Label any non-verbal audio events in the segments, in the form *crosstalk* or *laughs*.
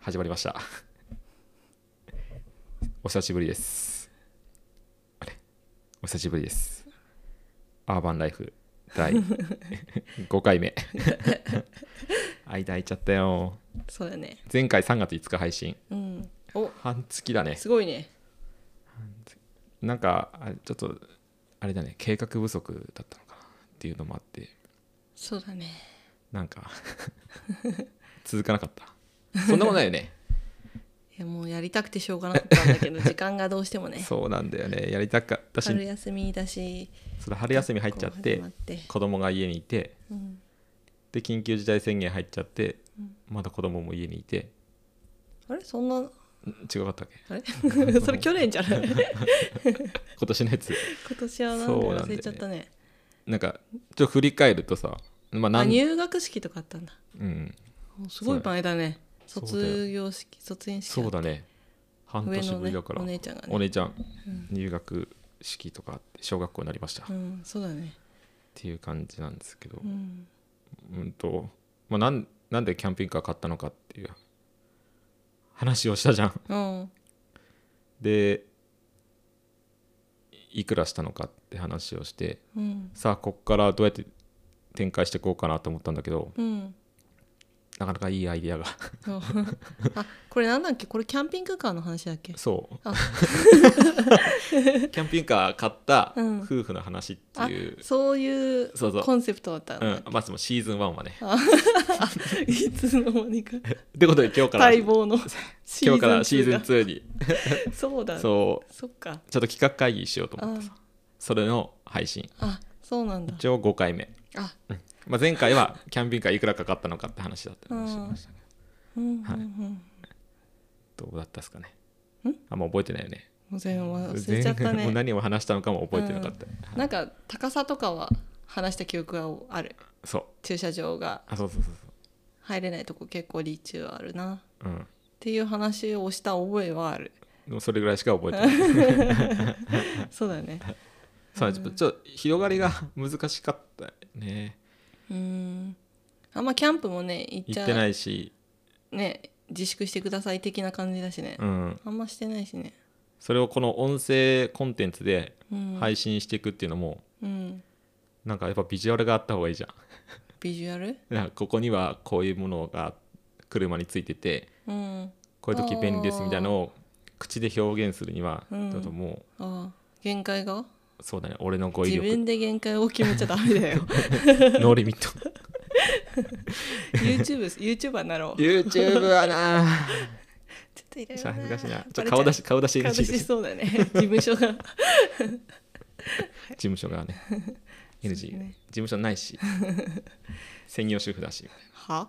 始まりました *laughs* お久しぶりですあれお久しぶりですアーバンライフ第 *laughs* 5回目 *laughs* 間空いちゃったよそうだね前回3月5日配信うんお半月だねすごいねなんかあちょっとあれだね計画不足だったのかなっていうのもあってそうだねなんか *laughs* 続かなかったそんなことないよ *laughs* ねいやもうやりたくてしょうがなかったんだ *laughs* けど時間がどうしてもねそうなんだよねやりたかったし春休みだしそれ春休み入っちゃっこてう始まって子供が家にいてうんで緊急事態宣言入っちゃってうんまだ子供も家にいてあれそんなん違かったっけあ *laughs* れそれ去年じゃない今年のやつ今年はなんかそうなんだよ忘ねれちゃったねなんかちょっと振り返るとさまああ何入学式とかあったんだうんもうすごい前だねそうだよ卒業式卒園式そうだね半上年のぶりねだからお姉ちゃんがおね姉ちゃんうん入学式とかあって小学校になりましたっうんそうだねていう感じなんですけどうんうんとまあなんなんでキャンピングカー買ったのかっていう話をしたじゃんうんでいいくらしたのかって話をしてうんさあこっからどうやって展開していこうかなと思ったんだけどうんなかなかいいアイ *laughs* ディアがそうあこれなんだっけこれキャンピングカーの話だっけそうあキャンピングカー買ったうん夫婦の話ってあいう、そういうそうそうコンセプトだったんうだん、まずもうシーズン1はねいつの間にかってことで今日から待 *laughs* 今望のシ日からシーズン2 2にがそうだそそうっかちょっと企画会議しようと思ってさあそれの配信あそうなんだ一応5回目、あまあ、前回はキャンピングカーいくらかかったのかって話だったりもしましたけうんうんうん、はいどどうだったですかねあもう覚えてないよねもう全然忘れちゃった前もうね何を話したのかも覚えてなかった、はいなんか高さとかは話した記憶があるそう駐車場があそうそうそう入れないとこ結構立中あるなっそううんていう話をした覚えはあるでもそれぐらいしか覚えてない *laughs* そうだよねそうちょっとちょっと広がりが難しかったねうんあんまキャンプもね行っち行ゃってないし、ね自粛してください的な感じだしね、うん、あんましてないしねそれをこの音声コンテンツでうん、配信していくっていうのも、うん、なんかやっぱビジュアルがあった方がいいじゃん *laughs* ビジュアルなんかここにはこういうものが車についててうんこういう時便利ですみたいなのを口で表現するには、うんちょっともああ限界がうそうだね俺の語彙自力分で限界を決めちゃダメ *laughs* だよノーリミット *laughs* YouTube YouTuber になろう YouTube はなちょっといろいろ恥ずかしいなちょバっレとちゃう顔出し顔出し顔 NG 出でしすそうだね事務所が事務所 *laughs* がね NG そうね事務所ないし *laughs* 専業主婦だしは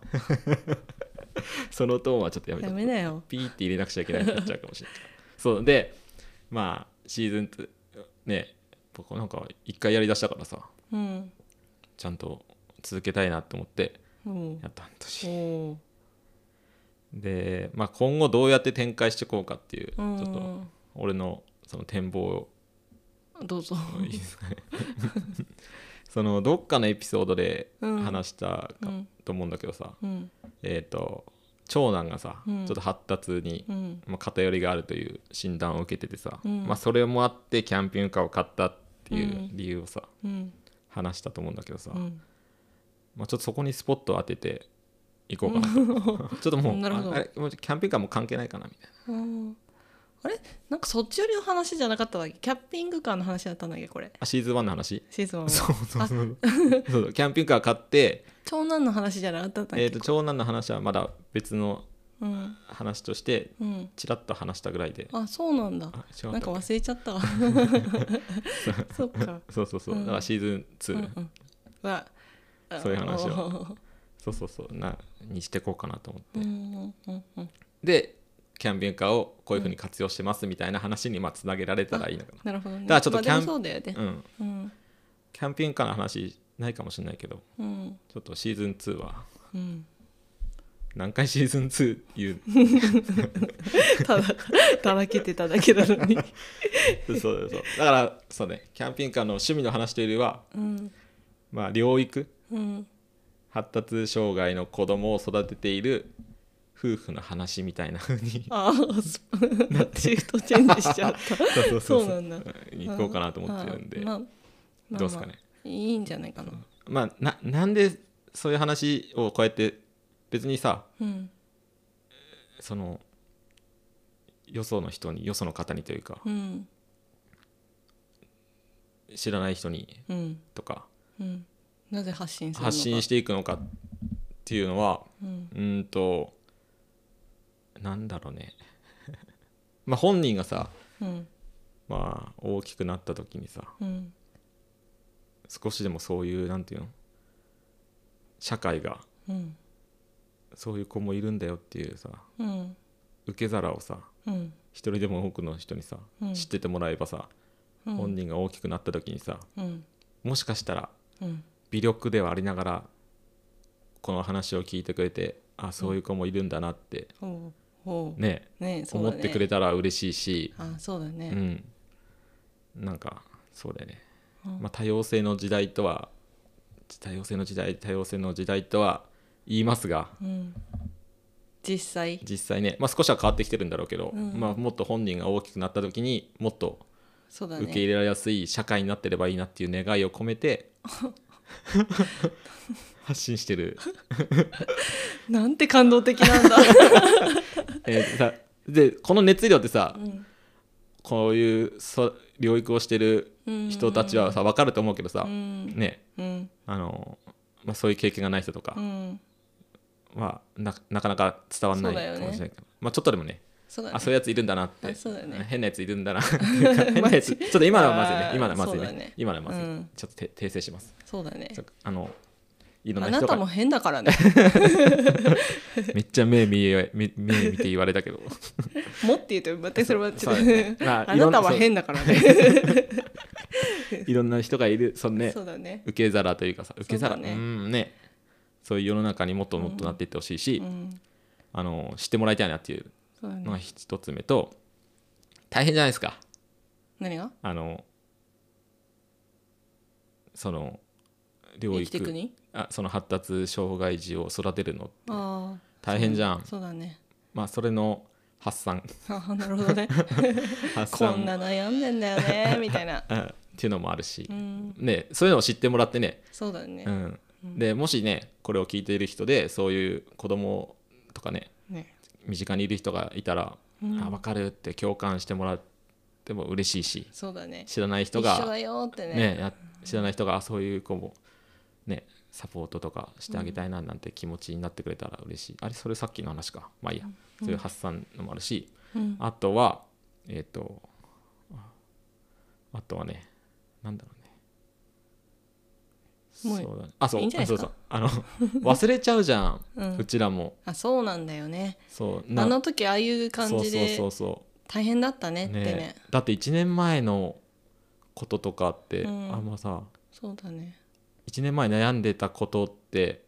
そのトーンはちょっとやめダてメだよピーって入れなくちゃいけないってなっちゃうかもしれないそうでまあシーズン2ね僕なんか一回やりだしたからさうんちゃんと続けたいなと思ってもやった半う年おで、まあ、今後どうやって展開していこうかっていうちうょんっと俺のその展望をどうぞいいですかねそのどっかのエピソードでうん話したかうんと思うんだけどさ、うんえー、と長男がさ、うんちょっと発達に、うんまあ、偏りがあるという診断を受けててさ、うんまあ、それもあってキャンピングカーを買ったっていううん理由をさ、うん話したと思うんだけどさ、うんまあ、ちょっとそこにスポットを当てていこうかな *laughs* と、ちょっともうなるほどああれもうキャンピングカーも関係ないかなみたいあーあれなんかそっち寄りの話じゃなかっただけキャッピングカーの話だったんだっけこれなあシーズン1の話シーズンはそうそうそう *laughs* そうキャンピングカー買って、長男の話じゃなかったんだっけ、えー、と長男の話はまだ別のうん話としてうんちらっと話したぐらいであそうなんだあ違うなんか忘れちゃった *laughs* わそっかそうそうそう、うんだからシーズン2、うんうんはそういう話をそうそうそうなにしてこうかなと思って、うんうんうんでキャンピングカーをこういうふうに活用してますみたいな話にまあつなげられたらいいのかなるほどねだからちょっとまあキでもャンそうだよねな、うん、うんキャンピングカーの話ないかもしれないけどうんちょっとシーズン2は *laughs* うん何回シーズン2言うただただけてただけなのにそうそうそうだからそうねキャンピングカーの趣味の話というよりは、うんまあ、療育うん発達障害の子供を育てている夫婦の話みたいな風にああスプシフトチェンジしちゃっそたうそう *laughs* そうそそううなんだうん行こうかなと思ってるんで、あまあまあどうですかね、いいんじゃないかなまあななんでそういう話をこうやって別にさうんそのよその人によその方にというかうん知らない人にうんとかうんなぜ発信するのか発信していくのかっていうのはうんうーんとなんだろうね *laughs* まあ本人がさうんまあ大きくなった時にさうん少しでもそういうなんていうの社会がうんそういう子もいるんだよっていうさうん受け皿をさうん一人でも多くの人にさ、うん知っててもらえばさ、うん本人が大きくなった時にさうんもしかしたらうん微力ではありながらこの話を聞いてくれてあそういう子もいるんだなってほうほうねねそう思だねってくれたら嬉しいしあそうだう,、ねんなんかそうだよね、うんまあ、多様性の時代とは多様性の時代多様性の時代とは言いますがうん実際実際ね、まあ、少しは変わってきてるんだろうけど、うんまあ、もっと本人が大きくなった時にもっとそうだ受け入ねれられやすい社会になってればいいなっていう願いを込め *laughs* て発信してる、なんて感動的なんだえーさでこの熱量ってさうんこういうそ療育をしてるうん人たちはさ分かると思うけどさ、うんねうんあの、まあ、そういう経験がない人とかうんはななかなか伝わんないそうかだよねもしれないけど、まあ、ちょっとでもねそうだねあそういうやついるんだなってあそうだよね変なやついるんだな *laughs* 変なやつちょっと今のはまずいねあー今のはまずいそうねだね今のはまずい、うんちょっとて訂正しますそうだねちょっとあのいろんあなな人たもが変だからねめっちゃ目見え目目見て言われたけ *laughs* どもって言うと待ってそれはちょっと、そうだねまああなたはいろんな変だからねいろんな人がいるそのねそうだね受け皿というかさ受け皿そう,、うだねんねそういう世の中にもっともっとなっていってほしいし、うんあの知ってもらいたいなっていうそうだのがね一つ目と大変じゃないですか何があのその療生きてく育にあその発達障害児を育てるのああ大変じゃんそうだね *laughs* まあそれの発散ああなるほどね *laughs* 発こ散んな悩んでんだよね *laughs* みたいなうんっていうのもあるしう、んねそういうのを知ってもらってね、そうだねうん、でもしねこれを聞いている人でそういう子供とかねね身近にいる人がいたら、うんあ分かるって共感してもらっても嬉しいしそうだね知らない人一緒が、だよってねねや知らない人があそういう子もねサポートとかしてあげたいななんて気持ちになってくれたら嬉しい、あれそれさっきの話かまあいいや、そういう発散のもあるし、うんあとはえっ、とああとはねなんだろうねもうそうだねあそういいんじゃないあそでうすそかうあの忘れちゃうじゃん、ううんちらもあそうなんだよねそうなあの時ああいう感じそうそうでそうそう大変だったねってねねだって1年前のこととかって、うんあんまさそうだね1年前悩んでたことって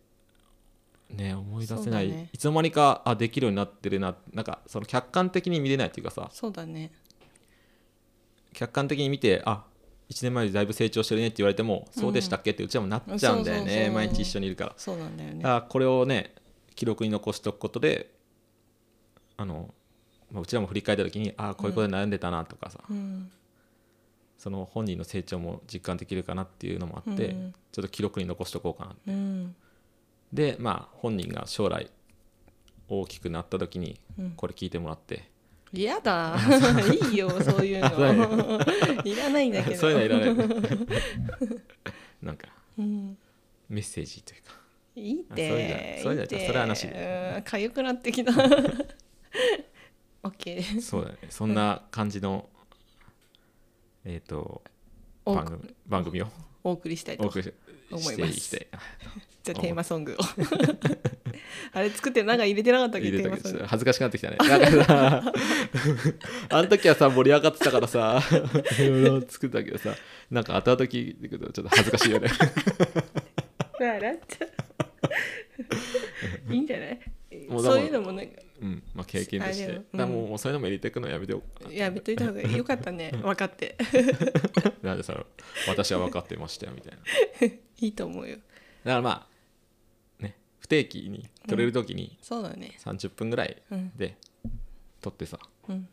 ね思い出せない、そうだねいつの間にかあできるようになってるななんかその客観的に見れないっていうかさそうだね客観的に見てあ1年前よりだいぶ成長してるねって言われても、そうでしたっけってうちらもなっちゃうんだよそうそうねそう毎日一緒にいるから、そうなんだよねあこれをね記録に残しておくことであの、まあ、うちらも振り返った時にあこういうことで悩んでたなとかさ、うんその本人の成長も実感できるかなっていうのもあって、うんちょっと記録に残しておこうかなうんでまあ本人が将来大きくなった時にうんこれ聞いてもらって、嫌 *laughs* だいいよそういうあそうの *laughs* いらないんだけど *laughs* そういうのいらない *laughs* なんかうんメッセージというかいいっあてそういうのじゃそういうのじゃってそれはなしうんかゆくなってきた OK ですそうだねそんな感じのえっ、とお番組番組をお送りしたいおと送りし思いてまいすきたいじゃあテーマソングを *laughs* あれ作ってなんか入れてなかったっけ入れテーたマけどソちょっングと恥ずかしくなってきたねなんかさ *laughs* あの時はさ盛り上がってたからさいろいろ作ったけどさなんか後々聞いてくるとちょっと恥ずかしいよ *laughs* ね笑っちゃ *laughs* ういいんじゃなもういでもそういうのもなんかうんまあ経験としあてでだかもうんらもうもうそういうのも入れていくのやめてよやめといた方がよかったね分かってなんでその私は分かってましたよみたいなだかいいと思うよらまあね不定期に撮れる時にそうだね30分ぐらいうんで撮ってさうん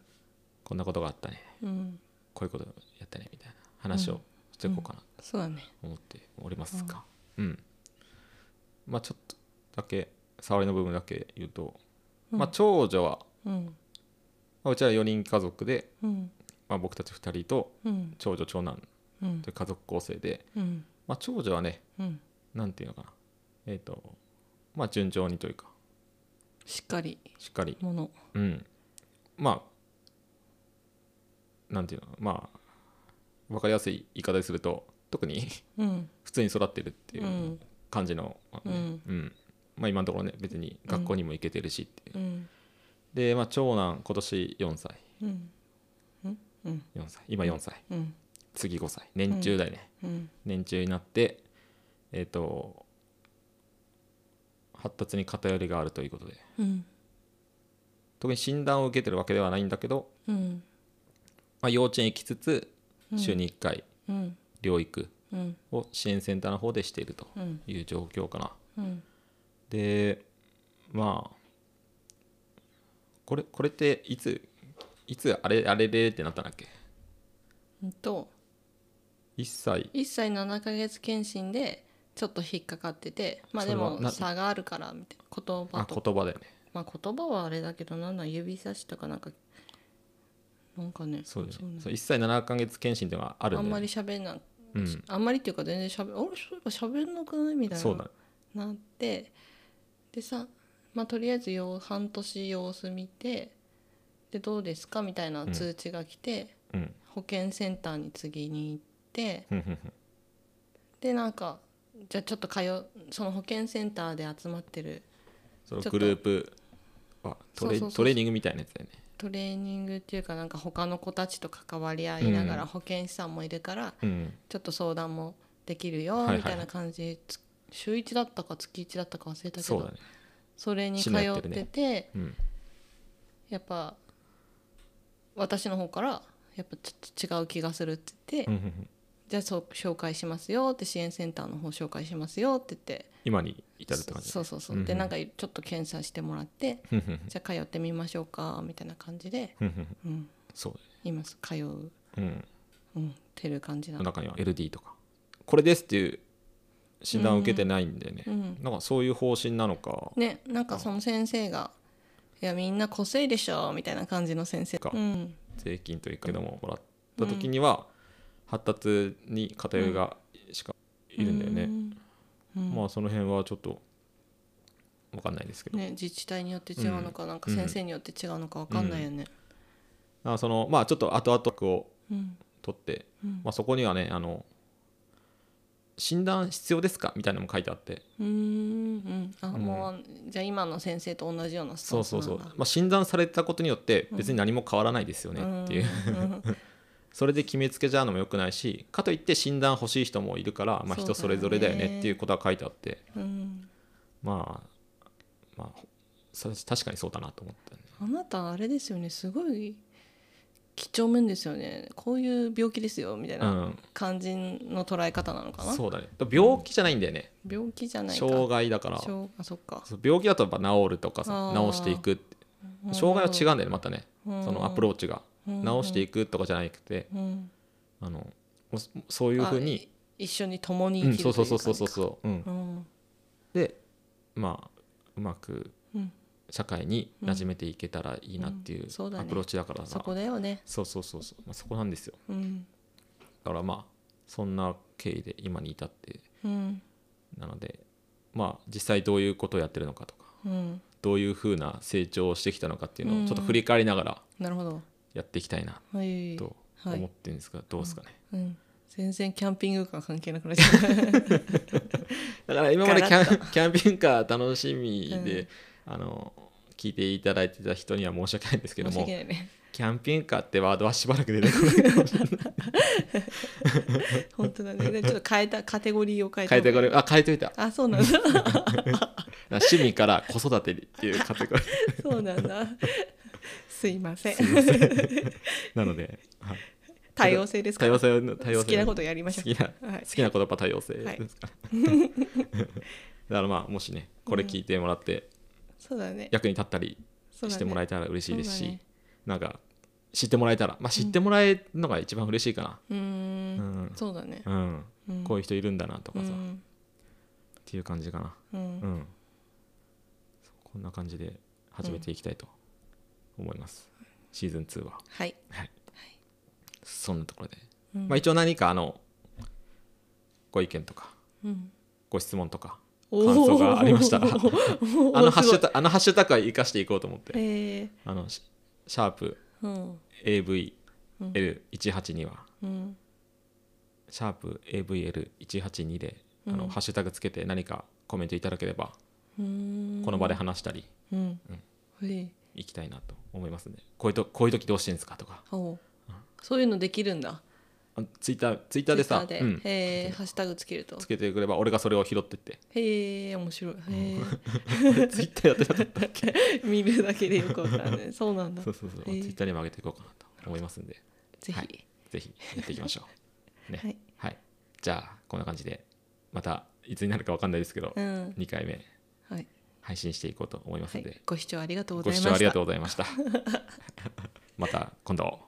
こんなことがあったねうんこういうことやったねみたいな話をしていこうかなとそうだね思っておりますかうん、まあちょっとだけ触りの部分だけ言うと、うんまあ長女は、うんまあ、うちは4人家族で、うんまあ、僕たち2人とうん長女長男うんという家族構成で、うんまあ、長女はねうんなんていうのかなえっ、とまあ順調にというかしっかりしっかりものうんまあなんていうのまあ分かりやすい言い方ですると特に *laughs* うん普通に育ってるってういうん感じの、ねうんまあ今のところね別に学校にも行けてるしっていう、うんで、まあ、長男今年4歳うんうんうん4歳今4歳うん次5歳年中だよね、うん年中になってえっ、と発達に偏りがあるということでうん特に診断を受けてるわけではないんだけど、うんまあ、幼稚園行きつつうん週に1回うん療育うんを支援センターの方でしているとうんいう状況かなうんでまあこれこれっていついつあれあれれってなったんだっけうんと1歳1歳7ヶ月検診でちょっと引っかかっててまあそれではもな差があるからみたいな言葉あと言葉だよねまあ言葉はあれだけどなんだ指差しとかなんかなんかねそうだよねねそう1歳7ヶ月検診っていうのがあるあんんだまよ、りね、喋んなうんあんまりっていうか全然しゃべあれそういえばしゃべんなくないみたいなそうだねなってでさ、まあ、とりあえずよう半年様子見てでどうですかみたいな通知が来て、うん保健センターに次に行ってふんふんふんでなんかじゃあちょっと通うその保健センターで集まってるそのちょっグとループはトレそうそうそうそうトレーニングみたいなやつだよねトレーニングっていうかなんか他の子たちと関わり合いながうらん保健師さんもいるからうんちょっと相談もできるはいよはいみたいな感じで、つ週1だったか月1だったか忘れたけそうどだそ,、ねれに市通のやっってるねてうんやっぱ私の方からやっぱちょっと違う気がするって言って、うんうんうんじゃあそう紹介しますよって支援センターの方紹介しますよって言って今に至るって感じそうそうそう、でなんかちょっと検査してもらってふんふんふんじゃあ通ってみましょうかみたいな感じで、ふんふんふんうん、そうだね今通う、うんうん、てる感じなの中には LD とかこれですっていう診断を受けてないんだよね、うんなんかそういう方針なのか、ねなんかその先生が「いやみんな個性でしょ」みたいな感じの先生かうん税金というかけどももらった時には発達に偏りがしかいるんだよね、うん、うんまあその辺はちょっと分かんないですけど、ね自治体によって違うのか、なんか先生によって違うのかわかんないよねあそのまあちょっと後々をうん取って、うんまあ、そこにはねあの診断必要ですかみたいなのも書いてあってうーんうんあ、んもうじゃあ今の先生と同じようなスタそうンスそなうんだそう、まあ、診断されたことによって別に何も変わらないですよねっていう、うんそれで決めつけちゃうのも良くないしかといって診断欲しい人もいるから、まあ、そうだよね人それぞれだよねっていうことは書いてあって、うんうんまあまあさ確かにそうだなと思ったねあなたあれですよねすごい几帳面ですよねこういう病気ですよみたいうなん感じの捉え方なのかな、そうだねだから病気じゃないんだよね、病気じゃないか障害だから障あそっかそう病気だとやっぱ治るとかさあー治していくって障害は違うんだよねまたねそのアプローチがうん治していくとかじゃなくてうん、うんあのもうそそういうふうにあ一緒に共にう生んきそるうとそいううそうそうそううそううんうんでまあうまくうん社会に馴染めていけたらいいなっていううんそうだねアプローチだからそさこだよねそうそうそうそうまあそこなんですようんだからまあそんな経緯で今に至ってうんなのでまあ実際どういうことをやってるのかとかうんどういうふうな成長をしてきたのかっていうのをちょっとうん振り返りながらなるほどやっていきたいなはいとは思っい、てるんですがどうですかねうん、全然キャンピングカー関係なくなっちゃっただから今までキャン *laughs* キャンピングカー楽しみで、あの聞いていただいてた人には申し訳ないんですけど申しも訳ないねキャンピングカーってワードはしばらく出てこない *laughs* 本当だねでちょっと変えたカテゴリーを変えた変えてこれあ変えといたあそうなんだ趣味から子育てっていうカテゴリー *laughs* そうなんだすいませんなので、はい *laughs* 多様性ですか多ら様性の多様性好きなことやりましょ好きなうはい好きな言葉多様性 *laughs* はいですから、だからまあもしねこれ聞いてもらって、そうだね役に立ったりそうだねしてもらえたら嬉しいですし、そうだねなんか知ってもらえたらまあ知ってもらえるのが一番嬉しいかうーな、んうんそうだねうんうんこういう人いるんだなとかさ、うっんていう感じかな、うんうんそうこんな感じで始めていきたいと思います、シーズン2ははいそんなところで、うんまあ、一応何かあのご意見とかうんご質問とかおー感想がありましたら *laughs* おーあのハッシュすタあのハッシュタグは生かしていこうと思っごていへえあのシシャープうんうん AVL182 は、うんシャープ AVL182 であの、うんハッシュタグつけて何かコメントいただければ、うーんこの場で話したりうんうんはいいきたいなと思いますねこういうとこういう時どうしてんですかとかおうそういうのできるんだあツイッターツイッターでさ Twitter でうんへえハッシュタグつけるとつけてくれば俺がそれを拾ってってへえ面白いへツイッターやってなかったっけえ見るだけでよくわかんない *laughs* そうなんだそうそうそう、えーツイッターにも上げていこうかなと思いますんでぜはひぜひやっていきましょうねはいはい、じゃあこんな感じでまたいつになるかわかんないですけど、うん2回目はい配信していこうと思いますはので、いご視聴ありがとうごござい視ま聴あしりがたとうございました。また今度。